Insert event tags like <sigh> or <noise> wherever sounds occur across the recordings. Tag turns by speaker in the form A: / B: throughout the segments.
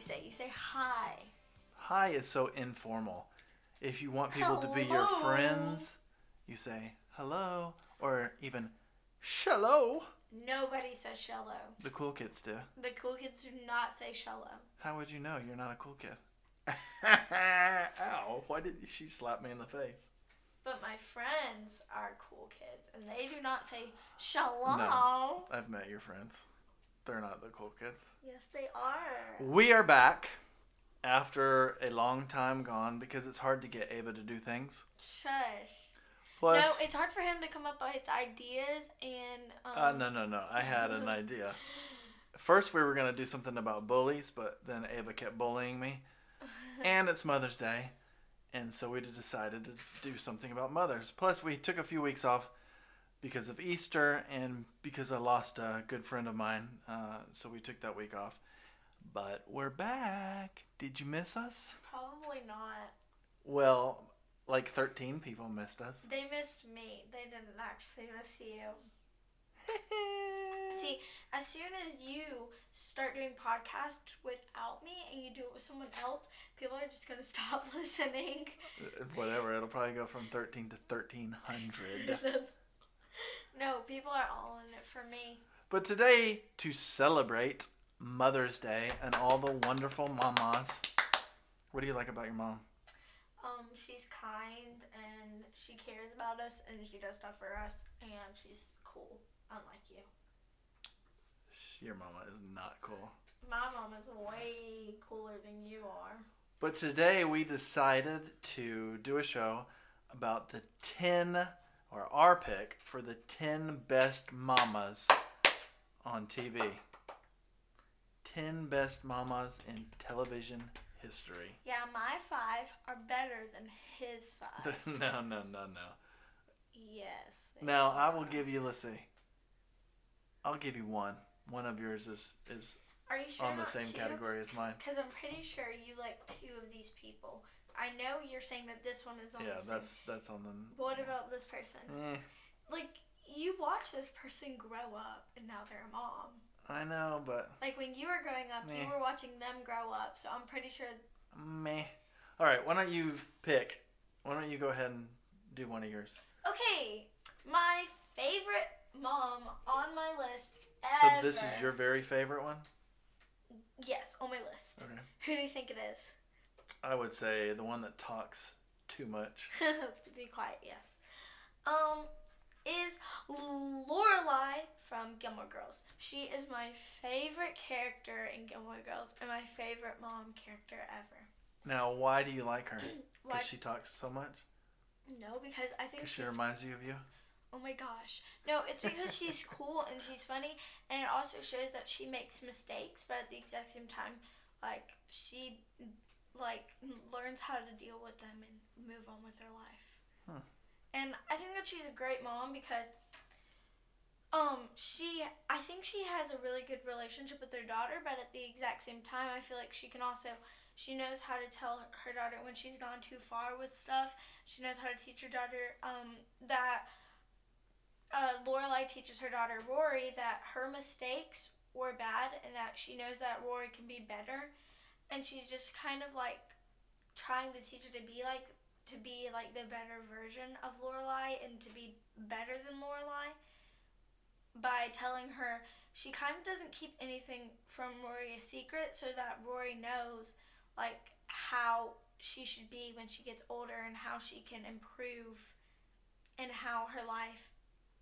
A: say? You say hi.
B: Hi is so informal. If you want people to be your
A: Hello.
B: friends, you say hello or even shallow.
A: Nobody says shallow.
B: The cool kids do.
A: The cool kids do not say shallow.
B: How would you know? You're not a cool kid. Ow, why did she slap me in the face?
A: But my friends are cool kids, and they do not say shallow.
B: I've met your friends. They're not the cool kids.
A: Yes, they are.
B: We are back after a long time gone because it's hard to get Ava to do things.
A: Shush.
B: Plus,
A: No, it's hard for him to come up with ideas and.
B: uh,
A: Um,
B: no, no, no. I had
A: <laughs>
B: an idea. First, we were going to do something about bullies, but then Ava kept bullying me. And it's Mother's Day. And so we decided to do something about mothers. Plus, we took a few weeks off because of Easter and because I lost a good friend of mine. Uh, so we took that week off. But we're back. Did you miss us?
A: Probably not.
B: Well, like 13 people missed us.
A: They missed me. They didn't actually miss you. <laughs> See, as soon as you start doing podcasts without me and you do it with someone else, people are just gonna <laughs> stop listening.
B: Uh, Whatever, it'll probably go from 13 to 1300.
A: <laughs> That's- no, people are all in it for me.
B: But today, to celebrate Mother's Day and all the wonderful mamas, what do you like about your mom?
A: Um, she's kind and she cares about us and she does stuff for us and she's cool, unlike you.
B: Your mama is not cool.
A: My mom is way cooler than you are.
B: But today, we decided to do a show about the 10, or our pick for the 10 best mamas on TV. 10 best mamas in television history. <laughs>
A: Yeah, my five are better than his
B: <laughs>
A: five.
B: no, no, no, no.
A: yes. they
B: Now I will
A: are.
B: give you. Let's see. I'll give you one. One of yours is is
A: Are you sure
B: on the same category as mine.
A: Because I'm pretty sure you like two of these people. I know you're saying that this one is on.
B: Yeah,
A: the same-
B: that's that's on the.
A: What about this person?
B: Eh,
A: Like you watch this person grow up, and now they're a mom.
B: I know, but
A: Like when you were growing up, you
B: Meh.
A: were watching them grow up. So I'm pretty sure.
B: meh. All right, why don't you pick? Why don't you go ahead and do one of yours?
A: Okay, my favorite mom on my list.
B: So
A: Ever.
B: this is your very favorite one.
A: Yes, on my list.
B: Okay.
A: Who do you think it is?
B: I would say the one that talks too much.
A: <laughs> Be quiet. Yes. Um, is Lorelai from Gilmore Girls. She is my favorite character in Gilmore Girls and my favorite mom character ever.
B: Now, why do you like her?
A: <clears throat> Why?
B: Because she talks so much.
A: no, because I think
B: Because
A: she's.
B: she reminds you of you.
A: oh my gosh. No, it's because she's cool and she's funny, and it also shows that she makes mistakes, but at the exact same time, like she, like learns how to deal with them and move on with her life.
B: Huh.
A: And I think that she's a great mom because. Um, she, I think she has a really good relationship with her daughter, but at the exact same time, I feel like she can also, she knows how to tell her daughter when she's gone too far with stuff. She knows how to teach her daughter, um, that, uh, Lorelai teaches her daughter Rory that her mistakes were bad and that she knows that Rory can be better. And she's just kind of like trying to teach her to be like, to be like the better version of Lorelai and to be better than Lorelai by telling her she kind of doesn't keep anything from Rory a secret so that Rory knows like how she should be when she gets older and how she can improve and how her life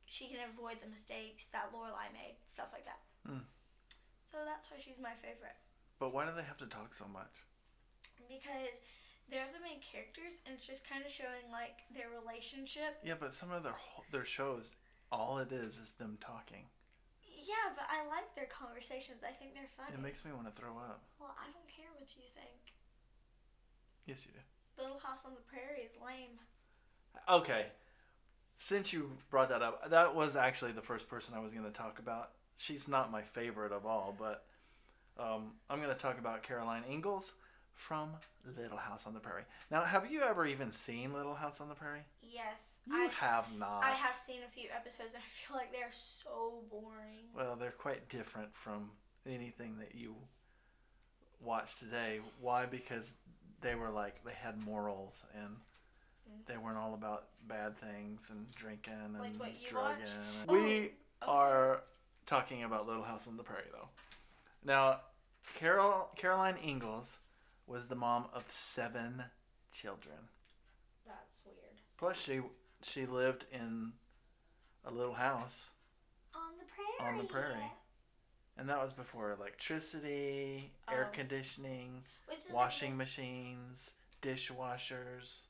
A: she can avoid the mistakes that Lorelai made, stuff like that.
B: Mm.
A: So that's why she's my favorite
B: But why do they have to talk so much?
A: because they're the main characters and it's just kind of showing like their relationship.
B: Yeah, but some of their wh- their shows, all it is is them talking.
A: Yeah, but I like their conversations. I think they're funny.
B: It makes me want to throw up.
A: well, I don't care what you think.
B: Yes, you do.
A: Little House on the Prairie is lame.
B: Okay, since you brought that up, that was actually the first person I was going to talk about. She's not my favorite of all, but um, I'm going to talk about Caroline Ingalls from Little House on the Prairie. Now, have you ever even seen Little House on the Prairie?
A: Yes,
B: You
A: I
B: have not.
A: I have seen a few episodes and I feel like they're so boring.
B: Well, they're quite different from anything that you watch today. Why? Because they were like they had morals and they weren't all about bad things and drinking and
A: Mm. Like what you
B: drugging.
A: watch?
B: We
A: Oh, okay.
B: are talking about Little House on the Prairie though. Now, Carol Caroline Ingalls was the mom of seven children.
C: That's weird.
B: Plus, she she lived in a little house
A: on the prairie.
B: on the prairie, and that was before electricity, air
A: Oh.
B: conditioning,
A: Which is
B: washing machines, dishwashers.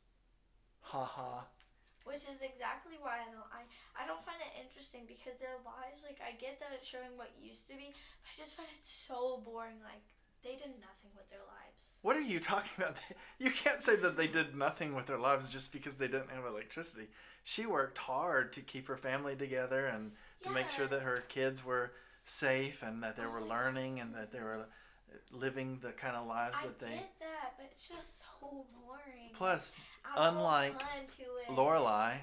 B: Ha ha.
A: Which is exactly why I don't I, I don't find it interesting because their lives like I get that it's showing what used to be. I just find it so boring. Like they did nothing with their lives.
B: What are you talking about? <laughs> You can't say that they did nothing with their lives just because they didn't have electricity. She worked hard to keep her family together and to make sure
A: Yeah.
B: that her kids were safe and that they
A: Oh
B: were
A: my
B: learning and that they were uh, living the kind of lives
A: I
B: that they.
A: get that, but it's just so boring.
B: Plus,
A: Add a little
B: unlike
A: fun to it.
B: Lorelai,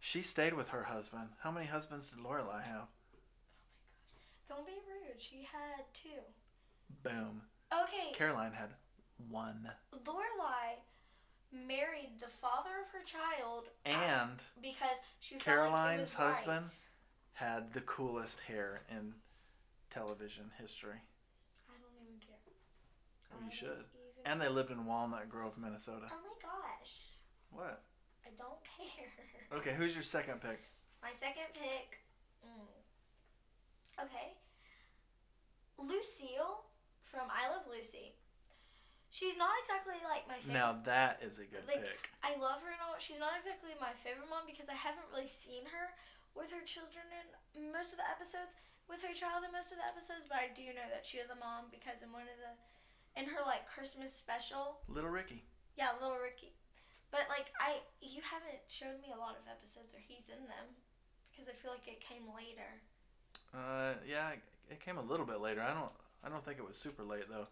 B: she stayed with her husband. How many husbands did Lorelai have?
A: Don't be rude. She had two.
B: Boom.
A: Okay,
B: Caroline had one.
A: Lorelai married the father of her child uh,
B: And
A: because she felt like it
B: Caroline's
A: was
B: husband?
A: right.
B: had the coolest hair in television history.
A: I don't even care.
B: Well,
A: I
B: you
A: don't
B: should.
A: even-
B: And they lived in Walnut Grove, Minnesota.
A: oh my gosh.
B: What?
A: I don't <laughs> care.
B: Okay, who's your second pick?
A: My second pick. Mm. Okay. Lucille from I Love Lucy. She's not exactly like my favorite.
B: Now that is a good
A: Like-
B: pick.
A: I love her and all. She's not exactly my favorite mom because I haven't really seen her with her children in most of the episodes, with her child in most of the episodes. But I do know that she is a mom because in one of the, in her like Christmas special,
B: Little Ricky.
A: yeah, little Ricky. But like I, you haven't shown me a lot of episodes where he's in them because I feel like it came later.
B: Uh, yeah, it came a little bit later. I don't. I don't think it was super late though,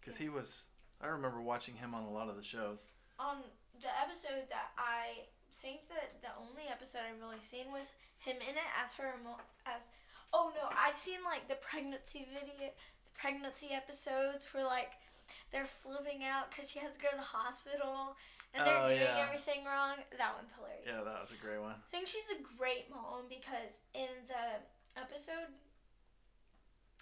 B: because he was. I remember watching him on a lot of the shows.
A: On the episode that I think that the only episode I've really seen was him in it as her mo- as oh no I've seen like the pregnancy video the pregnancy episodes where like they're flipping out because she has to go to the hospital and they're
B: Oh,
A: doing
B: yeah.
A: everything wrong that one's hilarious
B: Yeah, that was a great one.
A: I think she's a great mom because in the episode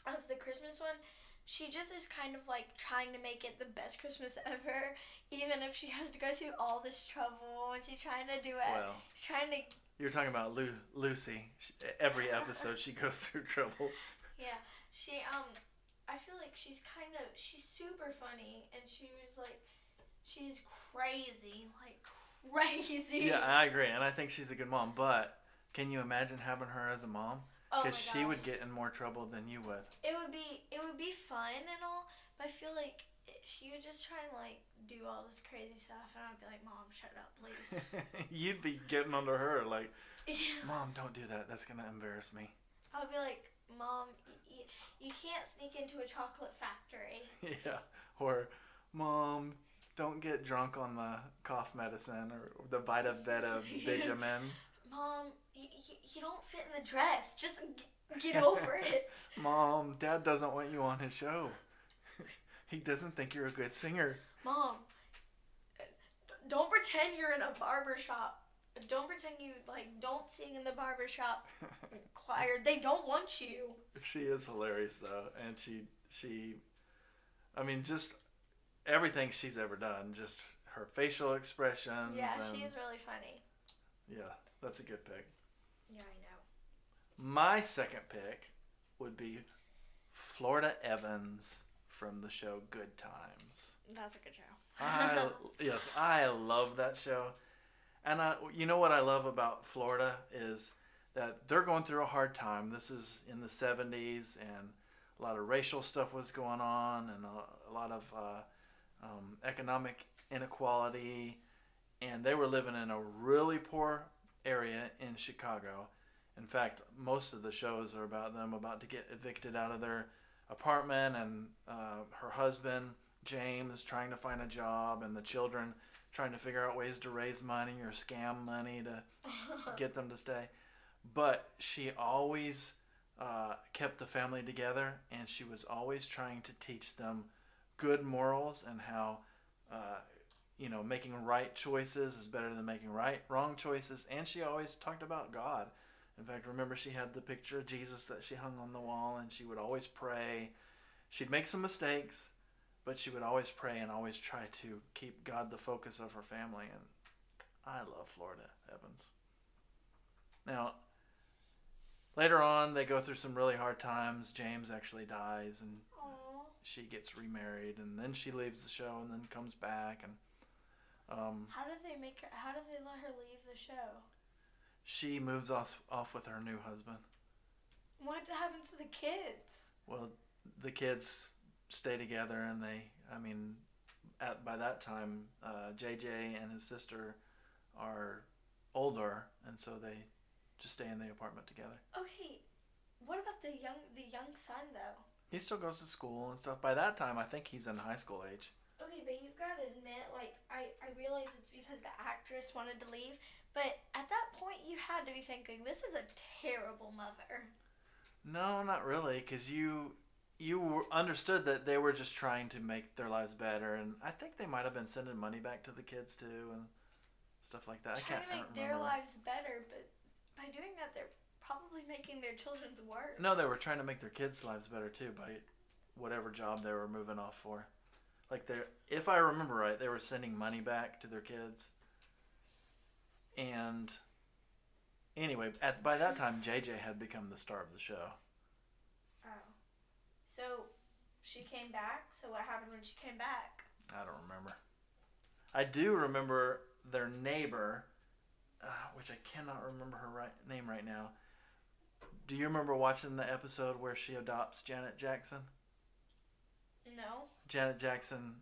A: of the Christmas one, she just is kind of like trying to make it the best Christmas ever, even if she has to go through all this trouble and she's trying to do it.
B: Well,
A: she's trying to,
B: you're talking about Lu- Lucy. She, every episode she goes through trouble.
A: yeah. She, um, I feel like she's kind of, she's super funny and she was like, she's crazy, like <laughs> crazy. <laughs>
B: Yeah, I agree, and I think she's a good mom. But can you imagine having her as a mom?
A: Oh my
B: Because she would
A: gosh.
B: get in more trouble than you
A: <laughs>
B: would.
A: it would be it would be fun and all, but I feel like it- she would just try and like do all this crazy stuff, and I'd be like, "Mom, shut up,
B: <laughs>
A: please." <laughs>
B: You'd be getting under her like.
A: Yeah.
B: Mom, don't do that. That's gonna embarrass
A: <laughs>
B: me.
A: I would be like, "Mom, y- y- you can't sneak into a chocolate factory."
B: Yeah. Or, Mom, don't get drunk on the cough medicine or the Vita
A: <laughs>
B: Veta Benjamin.
A: Mom, y- y- you don't fit in the dress. Just g- get over it.
B: Mom, Dad doesn't want you on his show. he doesn't think you're a good singer.
A: Mom, uh, don't pretend you're in a barber shop. Don't pretend you like don't sing in the barber shop choir. They don't want you.
B: she is hilarious though, and she she, I mean, just everything she's ever done, just her facial expressions.
A: Yeah,
B: and,
A: she's really funny.
B: yeah, that's a good pick.
A: Yeah, I know.
B: My second pick would be Florida Evans from the show Good Times.
C: That's a good show.
B: I, yes, I love that show. And I, you know what I love about Florida is that they're going through a hard time. This is in the 70s, and a lot of racial stuff was going on, and a, a lot of uh, um, economic inequality. And they were living in a really poor area in Chicago. In fact, most of the shows are about them about to get evicted out of their apartment, and uh, her husband James trying to find a job, and the children trying to figure out ways to raise money or scam money to get them to stay. But she always uh, kept the family together, and she was always trying to teach them good morals and how, uh, you know, making right choices is better than making right wrong choices. And she always talked about God. In fact, remember she had the picture of Jesus that she hung on the wall, and she would always pray. She'd make some mistakes, but she would always pray and always try to keep God the focus of her family. And I love Florida Evans. Now, later on, they go through some really hard times. James actually dies, and
A: Aw.
B: she gets remarried, and then she leaves the show, and then comes back, and um,
A: How did they make her? How did they let her leave the show?
B: she moves off off with her new husband.
A: What happened to the kids?
B: Well, the kids stay together, and they, I mean, at by that time, uh, JJ and his sister are older, and so they just stay in the apartment together.
A: Okay, what about the young the young son though?
B: He still goes to school and stuff. By that time, I think he's in high school age.
A: Okay, but you've got to admit, like I I realize it's because the actress wanted to leave, but at that point you had to be thinking this is a terrible mother.
B: No, not really, because you you were- understood that they were just trying to make their lives better, and I think they might have been sending money back to the kids too, and stuff like that. I
A: Trying
B: can't.
A: to
B: I
A: make
B: don't
A: their
B: remember.
A: lives better, but by doing that they're probably making their children's worse.
B: No, they were trying to make their kids' lives better too by whatever job they were moving off for. Like they, if I remember right, they were sending money back to their kids. And anyway, at by that time, JJ had become the star of the show.
A: Oh, so she came back. So what happened when she came back?
B: I don't remember. I do remember their neighbor, uh, which I cannot remember her right, name right now. Do you remember watching the episode where she adopts Janet Jackson?
A: No.
B: Janet Jackson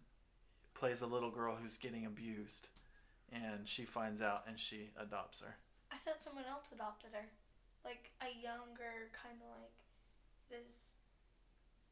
B: plays a little girl who's getting abused, and she finds out and she adopts her.
A: I thought someone else adopted her, like a younger kind of like this.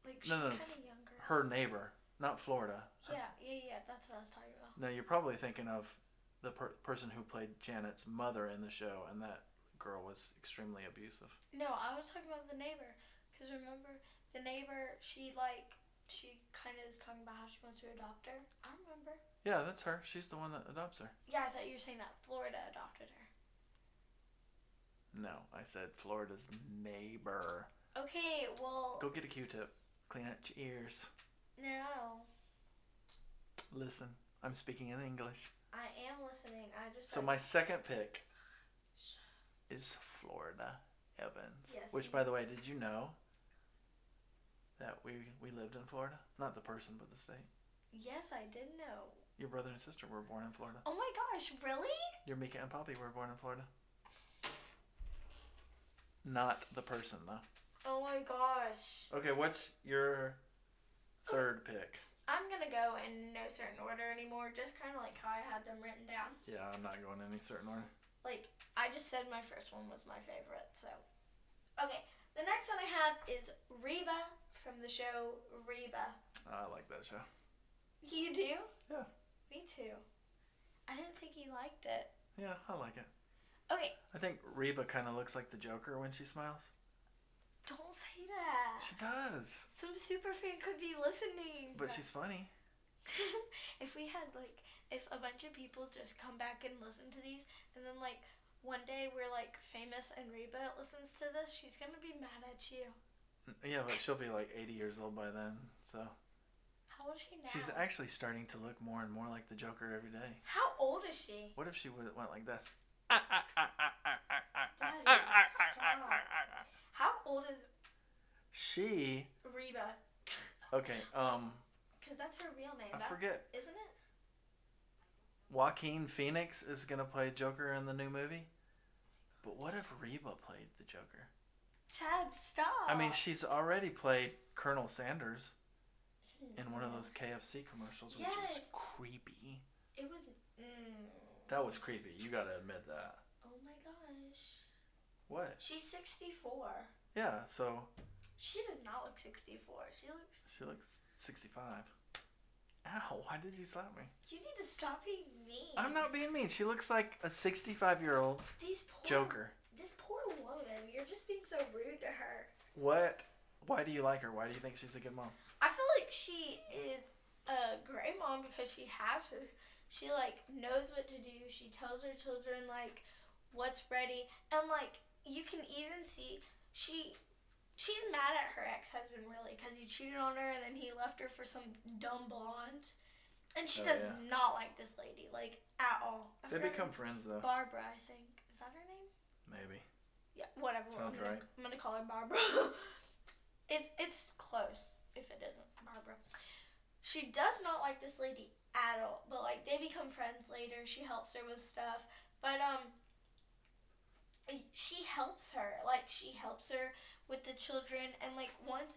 A: Like she's
B: No, no,
A: kind
B: f-
A: of younger.
B: Her neighbor, not Florida.
A: Yeah, yeah, yeah. That's what I was talking about.
B: Now you're probably thinking of the per- person who played Janet's mother in the show, and that girl was extremely abusive.
A: No, I was talking about the neighbor. Cause remember the neighbor, she like she kind of is talking about how she wants to adopt her. I remember.
B: Yeah, that's her. She's the one that adopts her.
A: Yeah, I thought you were saying that Florida adopted her.
B: No, I said Florida's neighbor.
A: Okay, well,
B: Go get a Q-tip. Clean out your ears.
A: no,
B: Listen, I'm speaking in English.
A: I am listening. I just
B: So
A: like-
B: my second pick is Florida Evans,
A: Yes,
B: which,
A: you-
B: by the way, did you know that we we lived in Florida? Not the person, but the state.
A: yes, I did know.
B: Your brother and sister were born in Florida.
A: Oh my gosh, really?
B: Your Mika and Poppy were born in Florida. Not the person, though.
A: Oh my gosh.
B: Okay, what's your third pick?
A: I'm gonna go in no certain order anymore, just kind of like how I had them written down.
B: Yeah, I'm not going in any certain order.
A: Like I just said, my first one was my favorite. So, okay, the next one I have is Reba from the show Reba.
B: I like that show.
A: You do?
B: Yeah.
A: Me too. I didn't think he liked it.
B: Yeah, I like it.
A: Okay,
B: I think Reba kind of looks like the Joker when she smiles.
A: don't say that.
B: She does,
A: Some super fan could be listening.
B: but she's funny.
A: <laughs> if we had like if a bunch of people just come back and listen to these and then like one day we're like famous and Reba listens to this, she's gonna be mad at you.
B: Yeah, but she'll be like 80 years old by then. So
A: How old is she now?
B: she's actually starting to look more and more like the Joker every day.
A: How old is she?
B: What if she went went like this? Uh,
A: Daddy, stop. How old is
B: She
A: Reba? <laughs>
B: okay. Um,
A: Because that's her real name,
B: I
A: that,
B: forget.
A: isn't it?
B: Joaquin Phoenix is gonna play Joker in the new movie. But what if Reba played the Joker?
A: Tad, stop.
B: I mean, she's already played Colonel Sanders in one of those KFC commercials, which is
A: Yes.
B: creepy.
A: It was. Mm,
B: That was creepy. You gotta admit that.
A: oh my gosh.
B: What?
A: She's 64.
B: Yeah. So
A: She does not look 64. She looks.
B: She looks 65. Ow, why did you slap me?
A: You need to stop being mean.
B: I'm not being mean. She looks like a 65 year old
A: These poor
B: Joker.
A: This poor woman. You're just being so rude to her.
B: What? Why do you like her? Why do you think she's a good mom?
A: I feel like she is a great mom because she has her. She like knows what to do. She tells her children like what's ready, and like you can even see she she's mad at her ex husband really because he cheated on her and then he left her for some dumb blonde, and she
B: Oh,
A: does
B: yeah.
A: not like this lady like at all. I
B: They
A: forgot
B: become friends though.
A: Barbara, I think is that her name.
B: Maybe.
A: Yeah, whatever.
B: Sounds
A: I'm gonna,
B: right.
A: I'm gonna call her Barbara. <laughs> it's it's close if it isn't Barbara. She does not like this lady at all, but like they become friends later. She helps her with stuff, but um, she helps her like she helps her with the children, and like once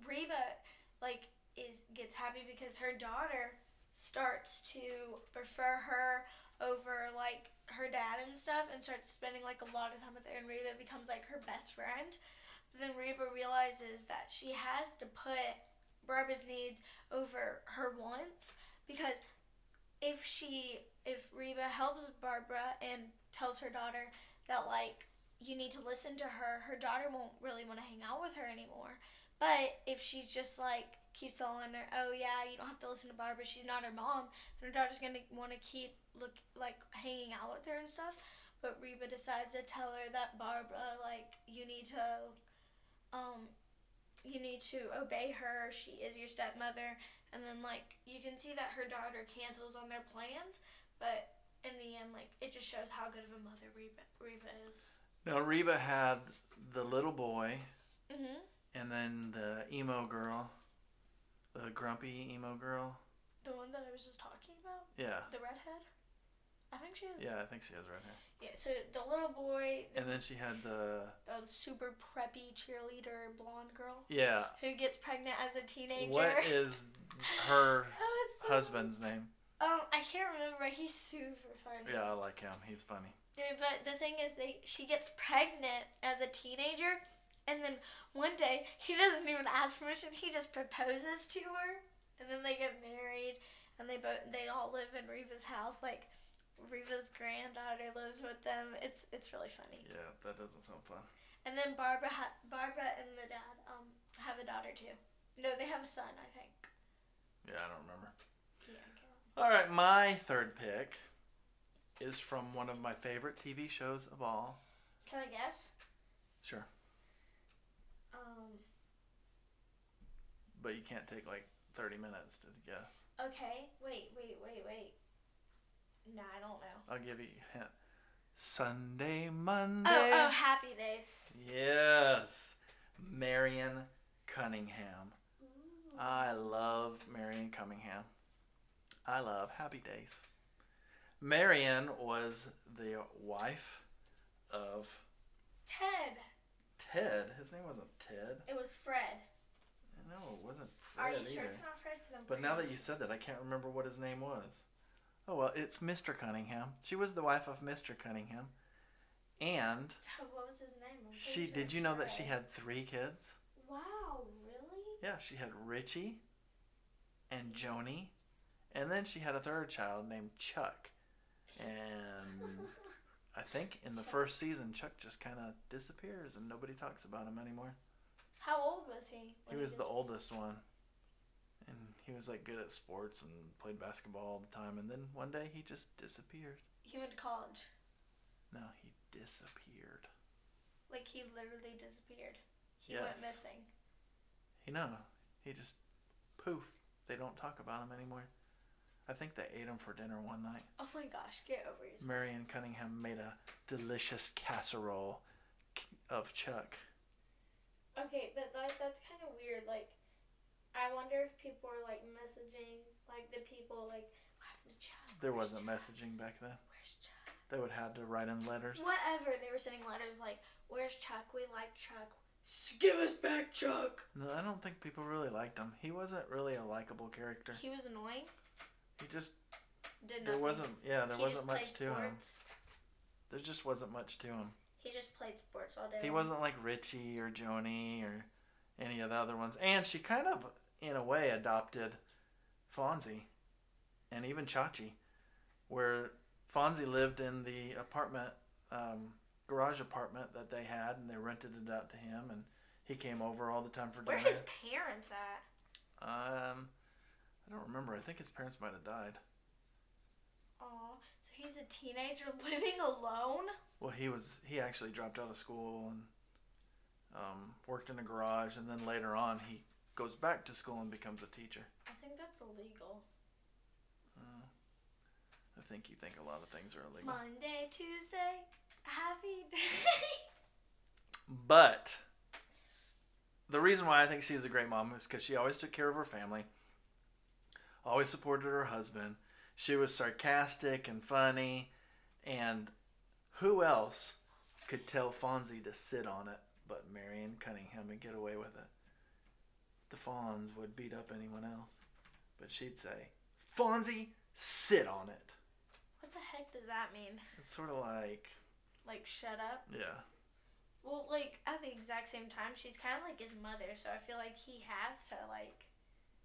A: Reba like is gets happy because her daughter starts to prefer her over like her dad and stuff and starts spending like a lot of time with her and Reba becomes like her best friend. But then Reba realizes that she has to put Barbara's needs over her wants because if she if Reba helps Barbara and tells her daughter that like you need to listen to her, her daughter won't really want to hang out with her anymore. But if she's just like keeps telling her, "Oh yeah, you don't have to listen to Barbara. She's not her mom." her daughter's gonna want to keep look like hanging out with her and stuff but reba decides to tell her that barbara like you need to um you need to obey her she is your stepmother and then like you can see that her daughter cancels on their plans but in the end like it just shows how good of a mother reba, reba is
B: Now Reba had the little boy
A: mm-hmm.
B: and then the emo girl, the grumpy emo girl.
A: the one that i was just talking about
B: Yeah.
A: the redhead i think she is yeah,
B: Yeah, I think she has red hair.
A: so the little boy
B: And then she had the
A: the super preppy cheerleader blonde girl
B: yeah.
A: who gets pregnant as a teenager.
B: What is her
A: <laughs> oh, it's so
B: husband's name?
A: Um, I can't remember. He's super funny.
B: Yeah, I like him. He's funny.
A: Yeah, But the thing is, they she gets pregnant as a teenager, and then one day he doesn't even ask permission. He just proposes to her, and then they get married, and they both they all live in Reva's house. Like Reva's granddaughter lives with them. It's it's really funny.
B: Yeah, that doesn't sound fun.
A: And then Barbara ha- Barbara and the dad um have a daughter too. No, they have a son, I think.
B: Yeah, I don't remember.
A: Yeah. I can't
B: All right, my third pick is from one of my favorite TV shows of all.
A: Can I guess?
B: Sure,
A: Um,
B: but you can't take like 30 minutes to guess.
A: okay. Wait, wait, wait, wait. No, I don't know.
B: I'll give you a hint. Sunday, Monday.
A: Oh, oh, happy days.
B: Yes, Marion Cunningham. I love Marion Cunningham. I love Happy Days. Marion was the wife of
A: Ted.
B: Ted. His name wasn't Ted.
A: It was Fred.
B: No, it wasn't
A: Are
B: Fred
A: you sure
B: either.
A: it's not Fred? 'Cause I'm
B: But now that
A: pretty-
B: you said that, I can't remember what his name was. Oh well, it's Mr. Cunningham. She was the wife of Mr. Cunningham, and
A: what was his name? I'm pretty
B: she.
A: sure
B: Did
A: it's
B: you know that she
A: Fred.
B: had three kids?
A: Wow, really?
B: Yeah, she had Richie and Joni, and then she had a third child named Chuck. And I think in the first season, Chuck just kind of disappears and nobody talks about him anymore.
A: How old was he?
B: He
A: when
B: was the
A: dis-
B: oldest one, and he was like good at sports and played basketball all the time. And then one day he just disappeared.
A: He went to college.
B: No, he disappeared.
A: Like he literally disappeared. He went
B: Yes.
A: missing.
B: You know, he just poof. They don't talk about him anymore. I think they ate him for dinner one night.
A: Oh my gosh, get over yourself.
B: Marion Cunningham made a delicious casserole c- of Chuck.
A: Okay, but that, that's kind of weird. Like, I wonder if people are like messaging, like the people like, what happened to Chad?
B: There
A: Where's
B: wasn't
A: Chad?
B: messaging back then.
A: Where's Chuck?
B: They would had to write in letters.
A: Whatever. They were sending letters like, "Where's Chuck? We like Chuck. S- Give us back Chuck."
B: No, I don't think people really liked him. He wasn't really a likable character.
A: He was annoying.
B: He just
A: Did nothing.
B: there wasn't yeah there
A: He just
B: wasn't much
A: played
B: to him.
A: sports.
B: There just wasn't much to him.
A: He just played sports all day.
B: He
A: long.
B: wasn't like Richie or Joni or any of the other ones. And she kind of in a way adopted Fonzie and even Chachi, where Fonzie lived in the apartment, um, garage apartment that they had, and they rented it out to him, and He came over all the time for
A: Where
B: dinner.
A: are his parents at?
B: Um, I don't remember. I think his parents might have died.
A: Oh, so he's a teenager <laughs> living alone.
B: Well, he was he actually dropped out of school and um, worked in a garage, and then later on he goes back to school and becomes a teacher.
A: I think that's illegal.
B: I think you think a lot of things are illegal,
A: Monday, Tuesday, happy <laughs> day.
B: but the reason why I think she's a great mom is because she always took care of her family, always supported her husband. She was sarcastic and funny, and who else could tell Fonzie to sit on it but Marion Cunningham and get away with it? The Fonz would beat up anyone else, but she'd say, Fonzie, sit on it.
A: what the heck does that mean?
B: It's sort of like,
A: Like, shut up.
B: yeah,
A: Well, like at the exact same time, she's kind of like his mother, so I feel like he has to like.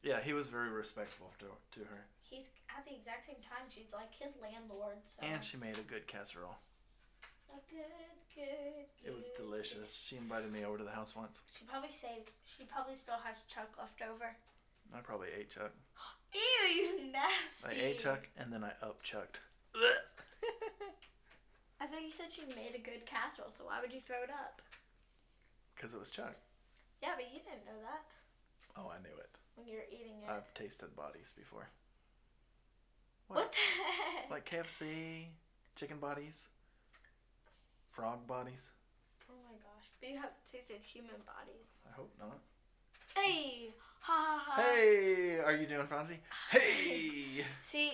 B: yeah. He was very respectful to, to her,
A: He's at the exact same time. She's like his landlord. So.
B: and she made a good casserole.
A: So good, good.
B: It was
A: good, good.
B: delicious. She invited me over to the house once.
A: She probably saved. She probably still has Chuck left over.
B: I probably ate Chuck.
A: Ew, you
B: I
A: nasty.
B: ate Chuck and then I up Chucked.
A: <laughs> I thought you said she made a good casserole, so why would you throw it up?
B: Because it was Chuck.
A: Yeah, but you didn't know that
B: Oh, I knew it.
A: when you were eating it.
B: I've tasted bodies before.
A: what the heck?
B: Like KFC, chicken bodies, frog bodies.
A: oh my gosh! But you have tasted human bodies.
B: I hope not.
A: Hey, ha ha ha.
B: Hey, are you doing Fonzie? Hey!
A: See,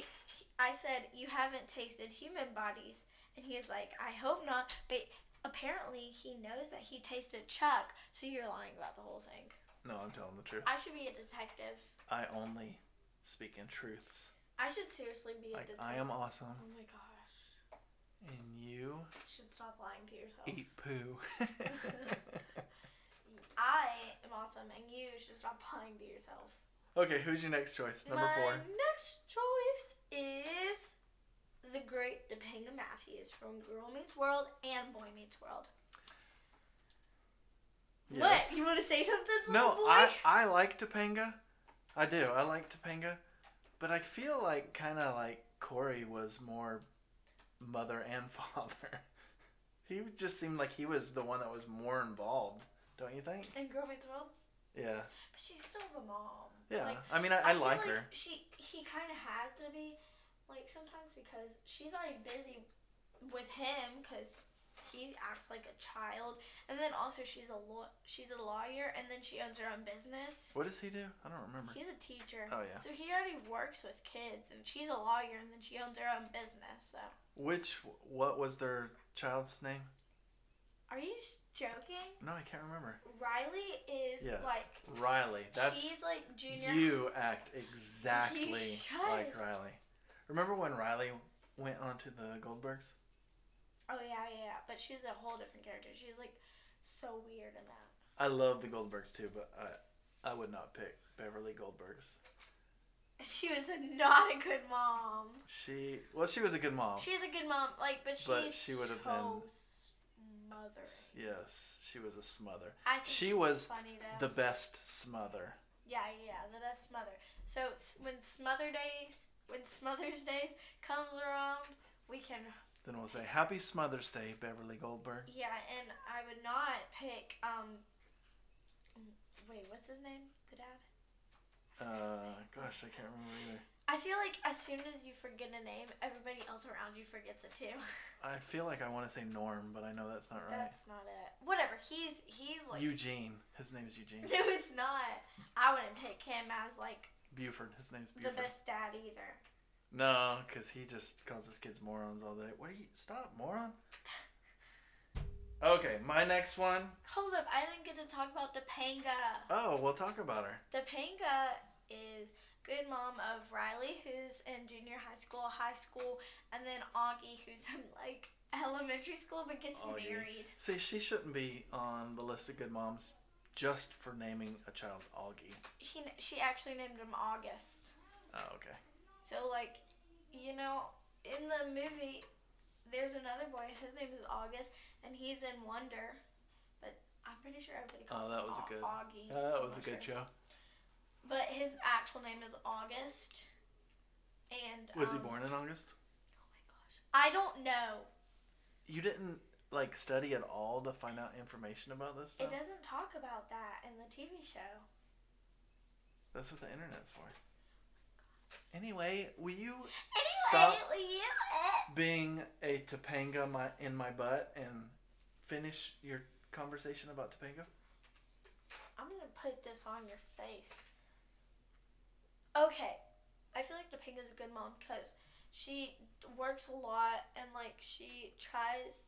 A: I said you haven't tasted human bodies, and he was like, "I hope not." But apparently, he knows that he tasted Chuck, so you're lying about the whole thing.
B: No, I'm telling the truth.
A: I should be a detective.
B: I only speak in truths.
A: I should seriously be a
B: Like,
A: detective.
B: I am awesome
A: Oh my gosh!
B: and you
A: You should stop lying to yourself.
B: eat
A: <laughs>
B: poo. <laughs>
A: I am awesome, and you should stop lying to yourself.
B: okay, who's your next choice? Number
A: my
B: four.
A: next choice is the great Topanga Matthews from Girl Meets World and Boy Meets World.
B: Yes.
A: What? You want to say something?
B: No,
A: little boy?
B: I, I like Topanga. I do. I like Topanga. But I feel like kind of like Corey was more mother and <laughs> father. he just seemed like he was the one that was more involved, don't you think?
A: And Girl Meets World,
B: Yeah.
A: but she's still the mom.
B: Yeah.
A: Like,
B: I mean, I, I,
A: feel
B: like her.
A: She he kind of has to be, like sometimes because she's already busy with him because he acts like a child, and then also she's a law she's a lawyer, and then she owns her own business.
B: What does he do? I don't remember.
A: He's a teacher.
B: Oh, yeah.
A: So he already works with kids, and she's a lawyer, and then she owns her own business. So
B: Which, what was their child's name?
A: are you s- joking?
B: No, I can't remember.
A: Riley is
B: Yes.
A: like
B: Riley. That's
A: she's like junior.
B: You act exactly
A: shut.
B: like Riley. Remember when Riley went onto the Goldbergs?
A: Oh yeah, yeah, yeah. But she's a whole different character. She's like so weird in that. <laughs>
B: I love the Goldbergs too, but I I would not pick Beverly Goldbergs.
A: She was a, not a good mom.
B: She well, she was a good mom.
A: She's a good mom, like, but she's
B: Oh. But she
A: she would
B: would've
A: have so smothering.
B: yes, she was a smother.
A: I think
B: She
A: she's
B: was
A: funny though.
B: The best smother.
A: yeah, yeah, the best smother. So s- when smother days, when Smothers Days comes around, we can
B: Then we'll say Happy Smother's Day, Beverly Goldberg.
A: yeah. And I would not pick um. Wait, what's his name? The dad.
B: Uh, gosh, I can't remember either.
A: I feel like as soon as you forget a name, everybody else around you forgets it too. <laughs>
B: I feel like I want to say Norm, but I know that's not right.
A: That's not it. Whatever. He's he's like.
B: Eugene. His name is Eugene.
A: <laughs> No, it's not. I wouldn't pick him as like
B: Buford. His name's
A: the
B: Buford.
A: best dad either.
B: No, because he just calls his kids morons all day. What are you? Stop, moron. Okay, my next one.
A: Hold up, I didn't get to talk about Topanga.
B: Oh, we'll talk about her.
A: Topanga is good mom of Riley, who's in junior high school, high school, and then Augie, who's in like <laughs> elementary school but gets
B: Augie.
A: married.
B: See, she shouldn't be on the list of good moms just for naming a child Augie.
A: He she actually named him August.
B: Oh, okay.
A: So like, you know, in the movie, there's another boy. His name is August, and he's in Wonder, but I'm pretty sure everybody
B: Oh,
A: calls
B: that
A: him
B: was a
A: Au-
B: good-
A: Augie.
B: Yeah, that was a
A: Not
B: good
A: sure.
B: show.
A: But his actual name is August. And
B: Was he
A: um,
B: born in August?
A: Oh my gosh. I don't know.
B: You didn't like study at all to find out information about this
A: It
B: stuff.
A: doesn't talk about that in the TV show.
B: That's what the internet's for. Anyway, will you
A: Anyway,
B: Stop.
A: you eh,
B: being a Topanga my, in my butt and finish your conversation about Topanga?
A: I'm gonna put this on your face. Okay, I feel like Topanga's a good mom because she works a lot and like she tries,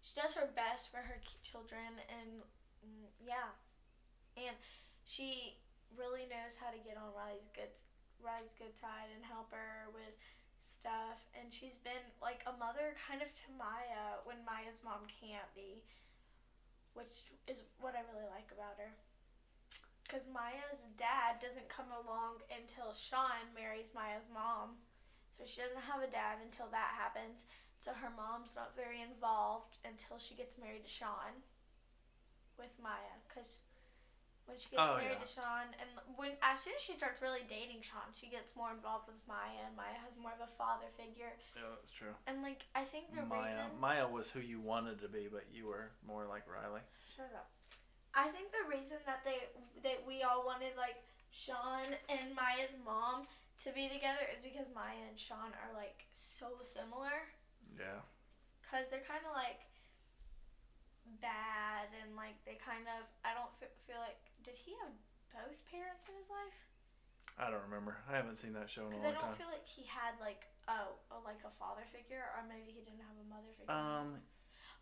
A: she does her best for her ki- children and mm, yeah, and she really knows how to get on Riley's good Riley's good side and help her with stuff and she's been like a mother kind of to Maya when Maya's mom can't be which is what I really like about her. Because Maya's dad doesn't come along until Sean marries Maya's mom. So she doesn't have a dad until that happens. So her mom's not very involved until she gets married to Sean with Maya. Because when she gets
B: Oh,
A: married
B: yeah.
A: to Sean, and when as soon as she starts really dating Sean, she gets more involved with Maya, and Maya has more of a father figure.
B: Yeah, that's true.
A: And like, I think the
B: Maya
A: reason
B: Maya was who you wanted to be, but you were more like Riley.
A: Shut up. I think the reason that they that we all wanted like Sean and Maya's mom to be together is because Maya and Sean are like so similar
B: Yeah.
A: cuz they're kind of like bad and like they kind of I don't f- feel like did he have both parents in his life?
B: I don't remember. I haven't seen that show in a
A: Cuz
B: long
A: I don't
B: time.
A: feel like he had like oh, a- like a father figure or maybe he didn't have a mother figure.
B: Um,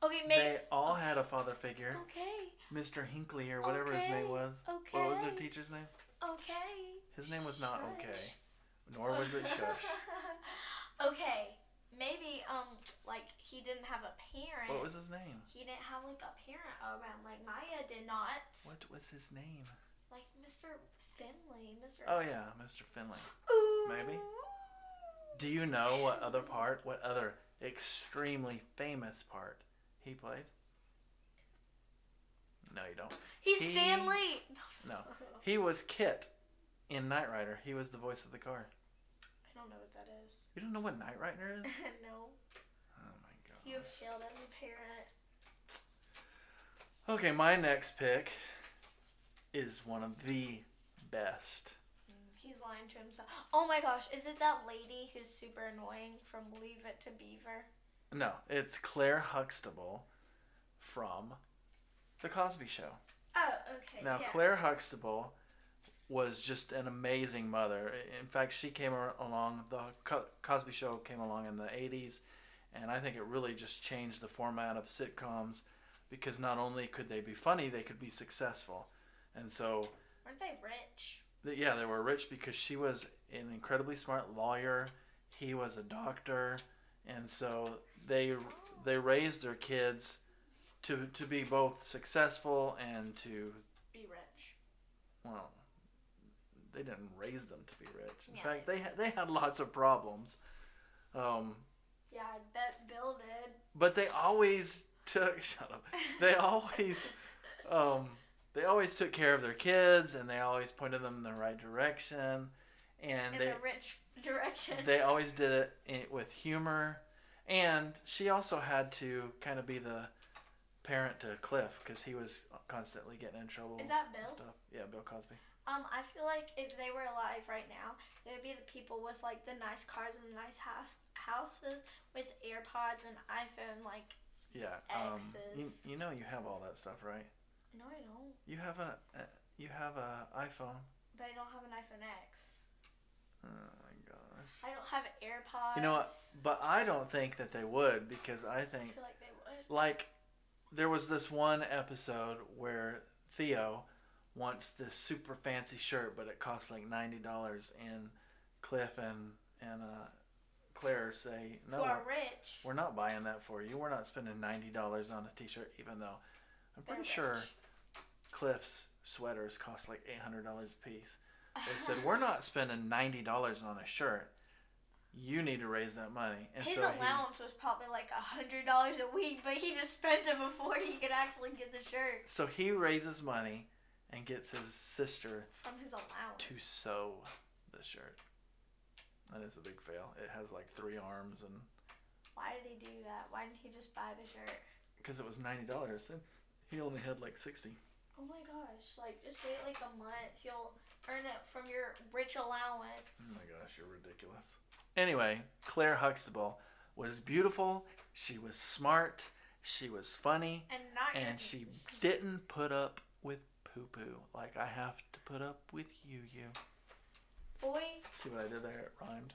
A: okay,
B: they
A: maybe
B: all had a father figure,
A: Okay.
B: Mr. Hinkley or whatever his
A: Okay.
B: name was.
A: Okay.
B: What was their teacher's name?
A: Okay.
B: His name was not
A: Shush.
B: okay, nor was
A: <laughs>
B: it Shush.
A: okay, maybe um like he didn't have a parent.
B: What was his name?
A: he didn't have like a parent around. Like Maya did not.
B: What was his name?
A: Like Mr. Finley, Mr.
B: Oh yeah, Mr. Finley.
A: Ooh.
B: maybe. Do you know what other part, what other extremely famous part he played? No, you don't.
A: He's
B: He-
A: <laughs> Stanley.
B: No. He was Kit in Knight Rider. He was the voice of the car.
A: I don't know what that is.
B: <laughs>
A: <laughs>
B: You don't know what Knight Rider is?
A: no,
B: Oh my
A: you have failed as a parent.
B: god. Okay, my next pick is one of the best.
A: He's lying to himself. Oh my gosh, is it that lady who's super annoying from Leave It to Beaver?
B: No, it's Claire Huxtable from The Cosby Show.
A: Oh, okay.
B: Now,
A: yeah.
B: Claire Huxtable was just an amazing mother. In fact, she came ar- along, the Co- Cosby Show came along in the 80s, and I think it really just changed the format of sitcoms because not only could they be funny, they could be successful. And so,
A: Weren't they rich?
B: th- yeah, they were rich because she was an incredibly smart lawyer, he was a doctor, and so they they raised their kids to to be both successful and to
A: Be rich.
B: well, they didn't raise them to be rich. In
A: Yeah.
B: fact, they had, they had lots of problems, um,
A: Yeah, I bet Bill did.
B: but they always <laughs> took shut up. They always um, they always took care of their kids, and they always pointed them in the right direction, and
A: in
B: they
A: the rich <laughs> direction.
B: they always did it in- with humor. And she also had to kind of be the parent to Cliff because he was constantly getting in trouble.
A: Is that
B: and
A: Bill?
B: Stuff. Yeah, Bill Cosby.
A: um, I feel like if they were alive right now, they would be the people with like the nice cars and the nice house houses with AirPods and iPhone. Like,
B: Yeah. Um, you,
A: X's.
B: you know you have all that stuff, right?
A: no, I don't.
B: You have a uh, you have a iPhone.
A: But I don't have an iPhone X.
B: Oh my gosh.
A: I don't have AirPods.
B: You know what? But I don't think that they would because I
A: I
B: think
A: feel like they would.
B: like there was this one episode where Theo wants this super fancy shirt, but it costs like ninety dollars, and Cliff and and uh, Claire say no.
A: Who
B: we're-
A: are rich?
B: We're not buying that for you. We're not spending ninety dollars on a T-shirt, even though I'm
A: They're
B: pretty sure
A: rich.
B: Cliff's sweaters cost <laughs> like eight hundred dollars a piece. They said we're not spending ninety dollars on a shirt. you need to raise that money. And
A: His
B: so he-
A: allowance was probably like a hundred dollars a week, but he just spent it before he could actually get the shirt
B: so he raises money and gets his sister
A: from his allowance.
B: to sew the shirt. That is a big fail. It has like three arms and
A: Why did he do that? Why didn't he just buy the shirt?
B: because it was ninety dollars and he only had like sixty.
A: Oh my gosh! Like just wait like a month, you'll earn it from your rich
B: Oh
A: allowance.
B: my gosh, you're ridiculous. Anyway, Claire Huxtable was beautiful. She was smart. She was funny,
A: And not
B: and
A: good.
B: she didn't put up with poo poo like I have to put up with you. You
A: boy,
B: see what I did there? It rhymed.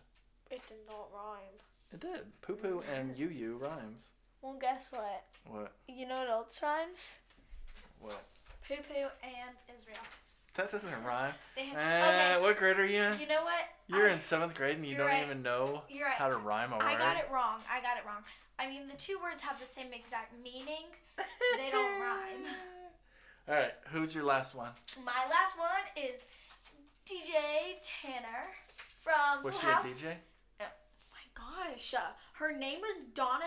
A: it did not rhyme.
B: It did. Poo poo and you you rhymes.
A: Well, guess what?
B: What?
A: You know what else rhymes?
B: What?
A: Poo poo and Israel.
B: That doesn't rhyme.
A: They had,
B: Eh,
A: okay.
B: What grade are you in?
A: You know what?
B: You're
A: I-
B: in seventh grade and you
A: You're
B: don't
A: right.
B: even know
A: You're right.
B: how to rhyme a word.
A: I got it wrong. I got it wrong. I mean, the two words have the same exact meaning. They don't rhyme.
B: <laughs> All right, who's your last one?
A: My last one is DJ Tanner from
B: Was she
A: Full
B: a
A: House.
B: DJ?
A: Oh my gosh, uh, her name was Donna.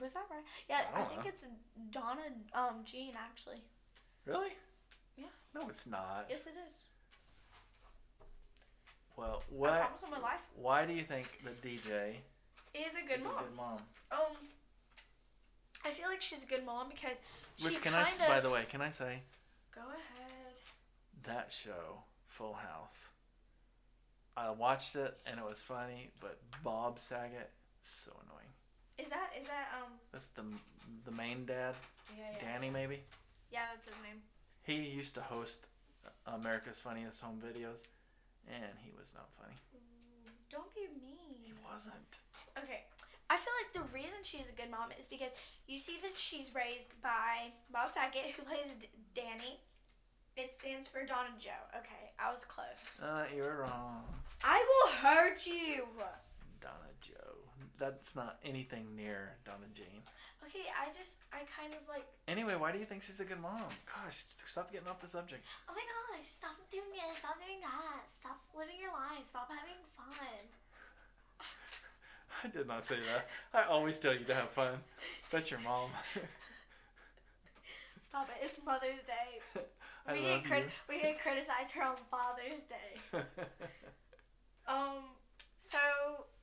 A: Was that right? Yeah,
B: I
A: I,
B: don't
A: think
B: know.
A: it's Donna um Jean actually.
B: Really?
A: Yeah.
B: No, it's not.
A: Yes, it is.
B: Well,
A: I
B: what?
A: promise on my life
B: Why do you think that DJ
A: is a good
B: is
A: mom.
B: a good mom?
A: Um, I feel like she's a good mom because she
B: Which can
A: kind
B: I? s-
A: of.
B: By the way, can I say
A: Go ahead.
B: that show Full House? I watched it and it was funny, but Bob Saget so annoying.
A: Is that is that um?
B: That's the the main dad,
A: Yeah, Oh, yeah.
B: Danny maybe.
A: Yeah, that's his name.
B: He used to host uh, America's Funniest Home Videos, and he was not funny.
A: Don't be mean.
B: He wasn't.
A: Okay. I feel like the reason she's a good mom is because you see that she's raised by Bob Saget, who plays D- Danny. It stands for Don and Joe. Okay, I was close.
B: Uh, you're wrong,
A: I will hurt you.
B: Donna Joe. That's not anything near Donna Jean.
A: Okay, I just, I kind of like,
B: Anyway, why do you think she's a good mom? Gosh, stop getting off the subject. <laughs>
A: oh my gosh, stop doing this, stop doing that, stop living your life, stop having fun.
B: I did not say that. I always tell you to have fun. That's your mom. <laughs>
A: Stop it, it's Mother's Day.
B: <laughs> I
A: we
B: love
A: can crit- we can criticize her on Father's Day.
B: you.
A: Um, so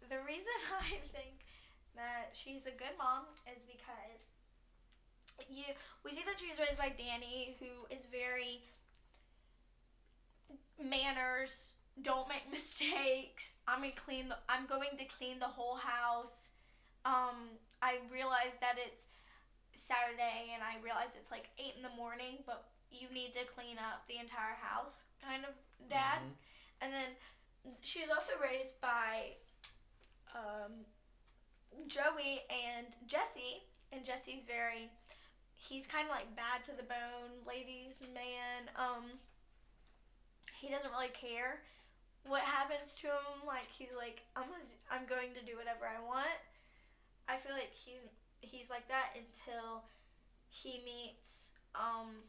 A: the reason <laughs> I think that she's a good mom is because you we see that she was raised by Danny, who is very manners, don't make <laughs> mistakes. I'm gonna clean the I'm going to clean the whole house. Um, I realize that it's Saturday and I realize it's like eight in the morning, but you need to clean up the entire house kind of dad.
B: Mhm.
A: And then she was also raised by um, Joey and Jesse, and Jesse's very he's kind of like bad to the bone, ladies man. Um, he doesn't really care what happens to him. Like he's like I'm gonna, I'm going to do whatever I want. I feel like he's he's like that until he meets um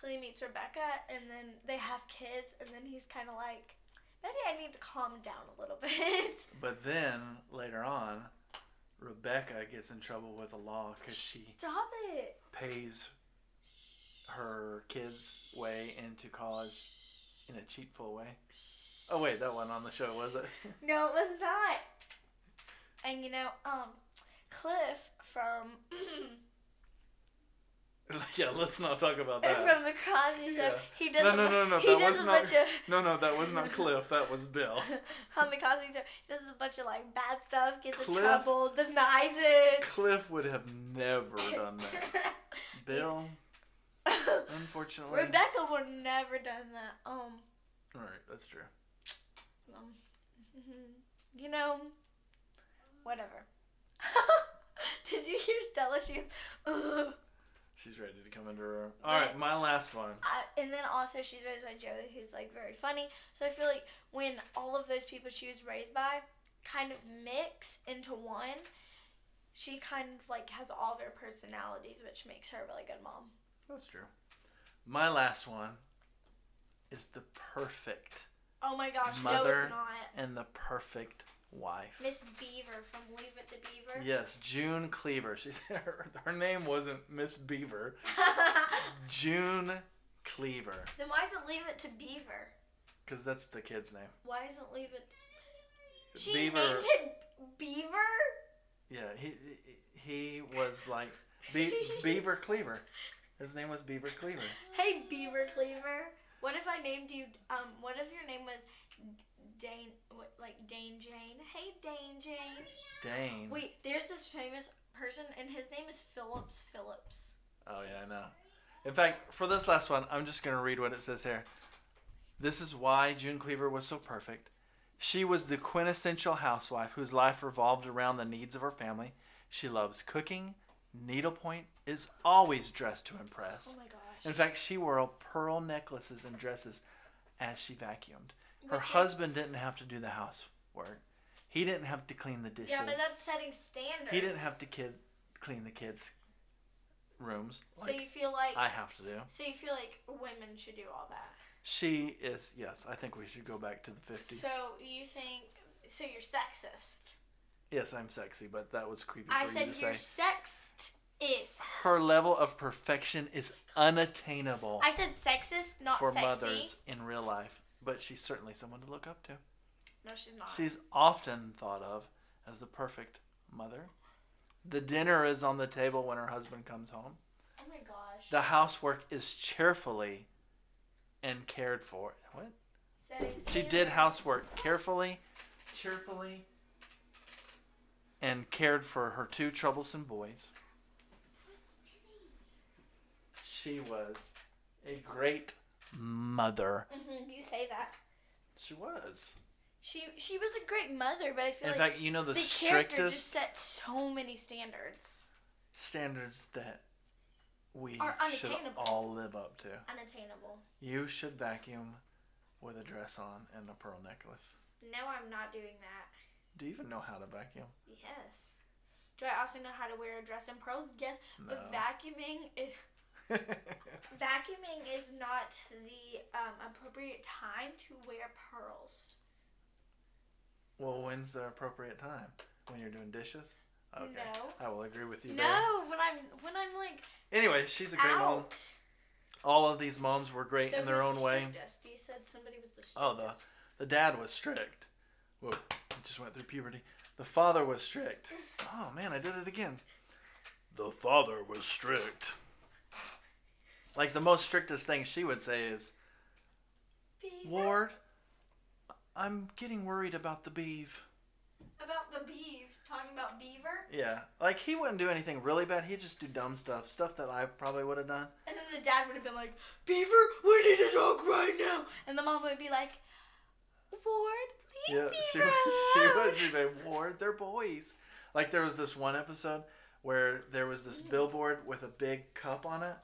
A: till he meets Rebecca and then they have kids and then he's kind of like maybe I need to calm down a little <laughs> bit.
B: but then later on, Rebecca gets in trouble with the law because she
A: Stop it.
B: pays her kids way into college in a cheatful way. Oh wait, that wasn't on the show, was it? <laughs>
A: No, it was not. And you know, um, Cliff from <clears throat>
B: yeah, let's not talk about that.
A: from the Crosby Show,
B: Uh, yeah.
A: he does
B: No,
A: a
B: no,
A: bu-
B: no, no,
A: he
B: that
A: does
B: was
A: a
B: not.
A: bunch of
B: No, no, that was not Cliff. That was Bill.
A: <laughs> on the Cosby Show. He does a bunch of like bad stuff, gets in
B: Cliff-
A: trouble, denies it.
B: Cliff would have never done that. Bill, unfortunately.
A: <laughs> Rebecca would have never done that. Um,
B: All right, that's true.
A: um, you know, whatever. <laughs> Did you hear Stella? She goes, Ugh.
B: She's ready to come into her room. All right,
A: Right.
B: my last one.
A: I, and then also she's raised by Joey, who's like very funny. So I feel like when all of those people she was raised by kind of mix into one, she kind of like has all their personalities, which makes her a really good mom.
B: That's true. My last one is the perfect
A: Oh my gosh, Joe
B: Mother.
A: is not.
B: and the perfect wife.
A: Miss Beaver from Leave It to Beaver.
B: Yes, June Cleaver. <laughs> She said her, her name wasn't Miss Beaver. June Cleaver,
A: <laughs> then why isn't Leave It to Beaver?
B: because that's the kid's name.
A: Why isn't Leave It? She
B: Beaver.
A: named it Beaver.
B: Yeah, he he was like
A: <laughs>
B: Be- Beaver Cleaver. His name was Beaver Cleaver.
A: Hey, Beaver Cleaver. What if I named you? Um, what if your name was Dane? What, like Dane Jane? Hey, Dane Jane.
B: Dane.
A: Wait, there's this famous person, and his name is Phillips Phillips.
B: Oh yeah, I know. In fact, for this last one, I'm just gonna read what it says here. This is why June Cleaver was so perfect. She was the quintessential housewife whose life revolved around the needs of her family. She loves cooking, needlepoint, is always dressed to impress.
A: Oh my gosh.
B: In fact, she wore pearl necklaces and dresses as she vacuumed. Her
A: Which is-
B: husband didn't have to do the housework. He didn't have to clean the dishes.
A: Yeah, but that's setting standards.
B: he didn't have to kid clean the kids' rooms
A: so you feel like
B: I have to do.
A: so you feel like women should do all that.
B: She is yes. I think we should go back to the fifties.
A: So you think so you're sexist.
B: yes, I'm sexy, but that was creepy for
A: I
B: you
A: said
B: to
A: you're
B: say.
A: sexist is.
B: Her level of perfection is unattainable
A: I said sexist, not
B: for
A: sexy.
B: mothers in real life, but she's certainly someone to look up to.
A: No, she's not.
B: She's often thought of as the perfect mother. The dinner is on the table when her husband comes home.
A: oh my gosh.
B: The housework is cheerfully and cared for. What?
A: Setting
B: She did
A: standards.
B: housework carefully, cheerfully, and cared for her two troublesome boys. She was a great mother.
A: Mhm, you say that.
B: She was.
A: She she was a great mother, but I feel
B: In
A: like
B: fact, you know the,
A: the character
B: strictest
A: just set so many standards.
B: standards that we
A: Are
B: should
A: unattainable.
B: all live up to.
A: Unattainable.
B: You should vacuum with a dress on and a pearl necklace.
A: No, I'm not doing that.
B: Do you even know how to vacuum? <laughs>
A: Yes. Do I also know how to wear a dress and pearls? Yes, but
B: No.
A: vacuuming is vacuuming is not the um, appropriate time to wear pearls.
B: Well, when's the appropriate time? When you're doing dishes? Okay.
A: No.
B: I will agree with you there.
A: No, when I'm when I'm like
B: Anyway, she's a great mom.
A: out.
B: All of these moms were great
A: So
B: in their
A: who's
B: own
A: the
B: way.
A: strictest? You said somebody was the strictest.
B: Oh, the the dad was strict. Whoa, I just went through puberty. The father was
A: <laughs>
B: strict. Oh man, I did it again. The father was strict. Like the most strictest thing she would say is,
A: Beaver?
B: "Ward, I'm getting worried about the beef."
A: about the beef. Talking about beaver,
B: Yeah, like he wouldn't do anything really bad. He'd just do dumb stuff, stuff that I probably would have done.
A: and then the dad would have been like, "Beaver, we need to talk right now," and the mom would be like, "Ward, leave
B: Yeah,
A: Beaver
B: she
A: alone."
B: was. She was. <laughs> She made Ward. They're boys. Like there was this one episode where there was this billboard with a big cup on it,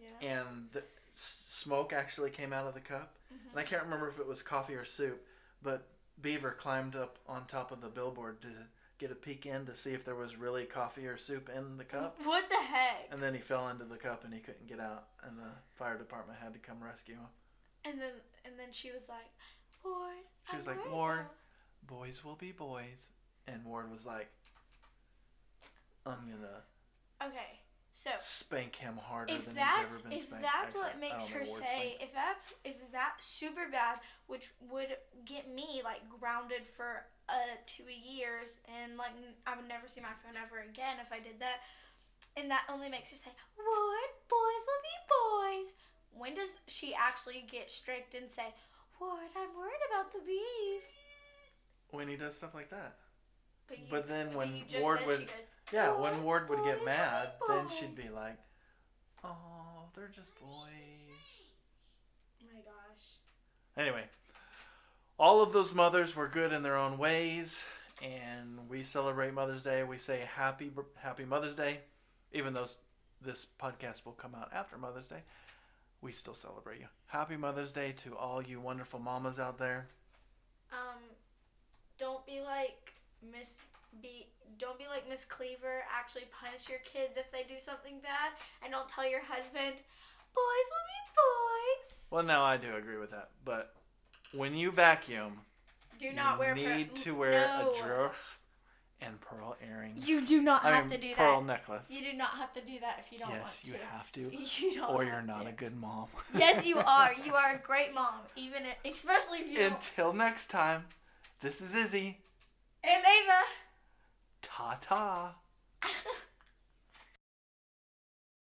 A: Yeah.
B: and the s- smoke actually came out of the cup. And I can't remember if it was coffee or soup, but Beaver climbed up on top of the billboard to get a peek in to see if there was really coffee or soup in the cup.
A: What the heck?
B: And then he fell into the cup and he couldn't get out, and the fire department had to come rescue him.
A: And then and then she was like, Ward.
B: She
A: I'm
B: was like,
A: worried
B: "Ward."
A: now."
B: boys will be boys. And Ward was like, I'm gonna
A: Okay, so
B: spank him harder
A: if
B: than
A: that's
B: he's ever been um,
A: if
B: spanked.
A: that's
B: Actually,
A: what
B: I
A: makes
B: don't know
A: her
B: the word
A: say if that's if that's super bad, which would get me like grounded for uh two years and like n- I would never see my phone ever again if I did that, and that only makes her say, "Ward, boys will be boys." When does she actually get strict and say, "Ward, I'm worried about the beef"?
B: spank. when he does stuff like that.
A: you-
B: But then when
A: you just
B: Ward
A: said
B: would-
A: she goes,
B: Yeah,
A: "Ward,
B: when Ward would
A: boys
B: get
A: will
B: mad,
A: be
B: then she'd
A: boys."
B: be like, "Oh, they're just boys."
A: Oh my gosh.
B: Anyway, all of those mothers were good in their own ways, and we celebrate Mother's Day. We say happy Happy Mother's Day, even though s- this podcast will come out after Mother's Day. We still celebrate you. Happy Mother's Day to all you wonderful mamas out there.
A: Um, don't be like Miss Be. Don't be like Miss Cleaver. Actually, punish your kids if they do something bad, and don't tell your husband. Boys will be boys.
B: Well, no, I do agree with that, but when you vacuum,
A: do not wear
B: You
A: pearl-
B: need to wear
A: no.
B: a dress and pearl earrings.
A: You do not
B: I mean,
A: have to do
B: pearl
A: that.
B: necklace.
A: You do not have to do that if you don't
B: yes, you
A: want to.
B: have to,
A: <laughs> You don't.
B: or you're
A: have
B: not
A: to.
B: a good mom. <laughs>
A: yes, you are. You are a great mom, even if, especially if you don't.
B: Until next time, this is Izzy.
A: And Ava.
B: Ta ta.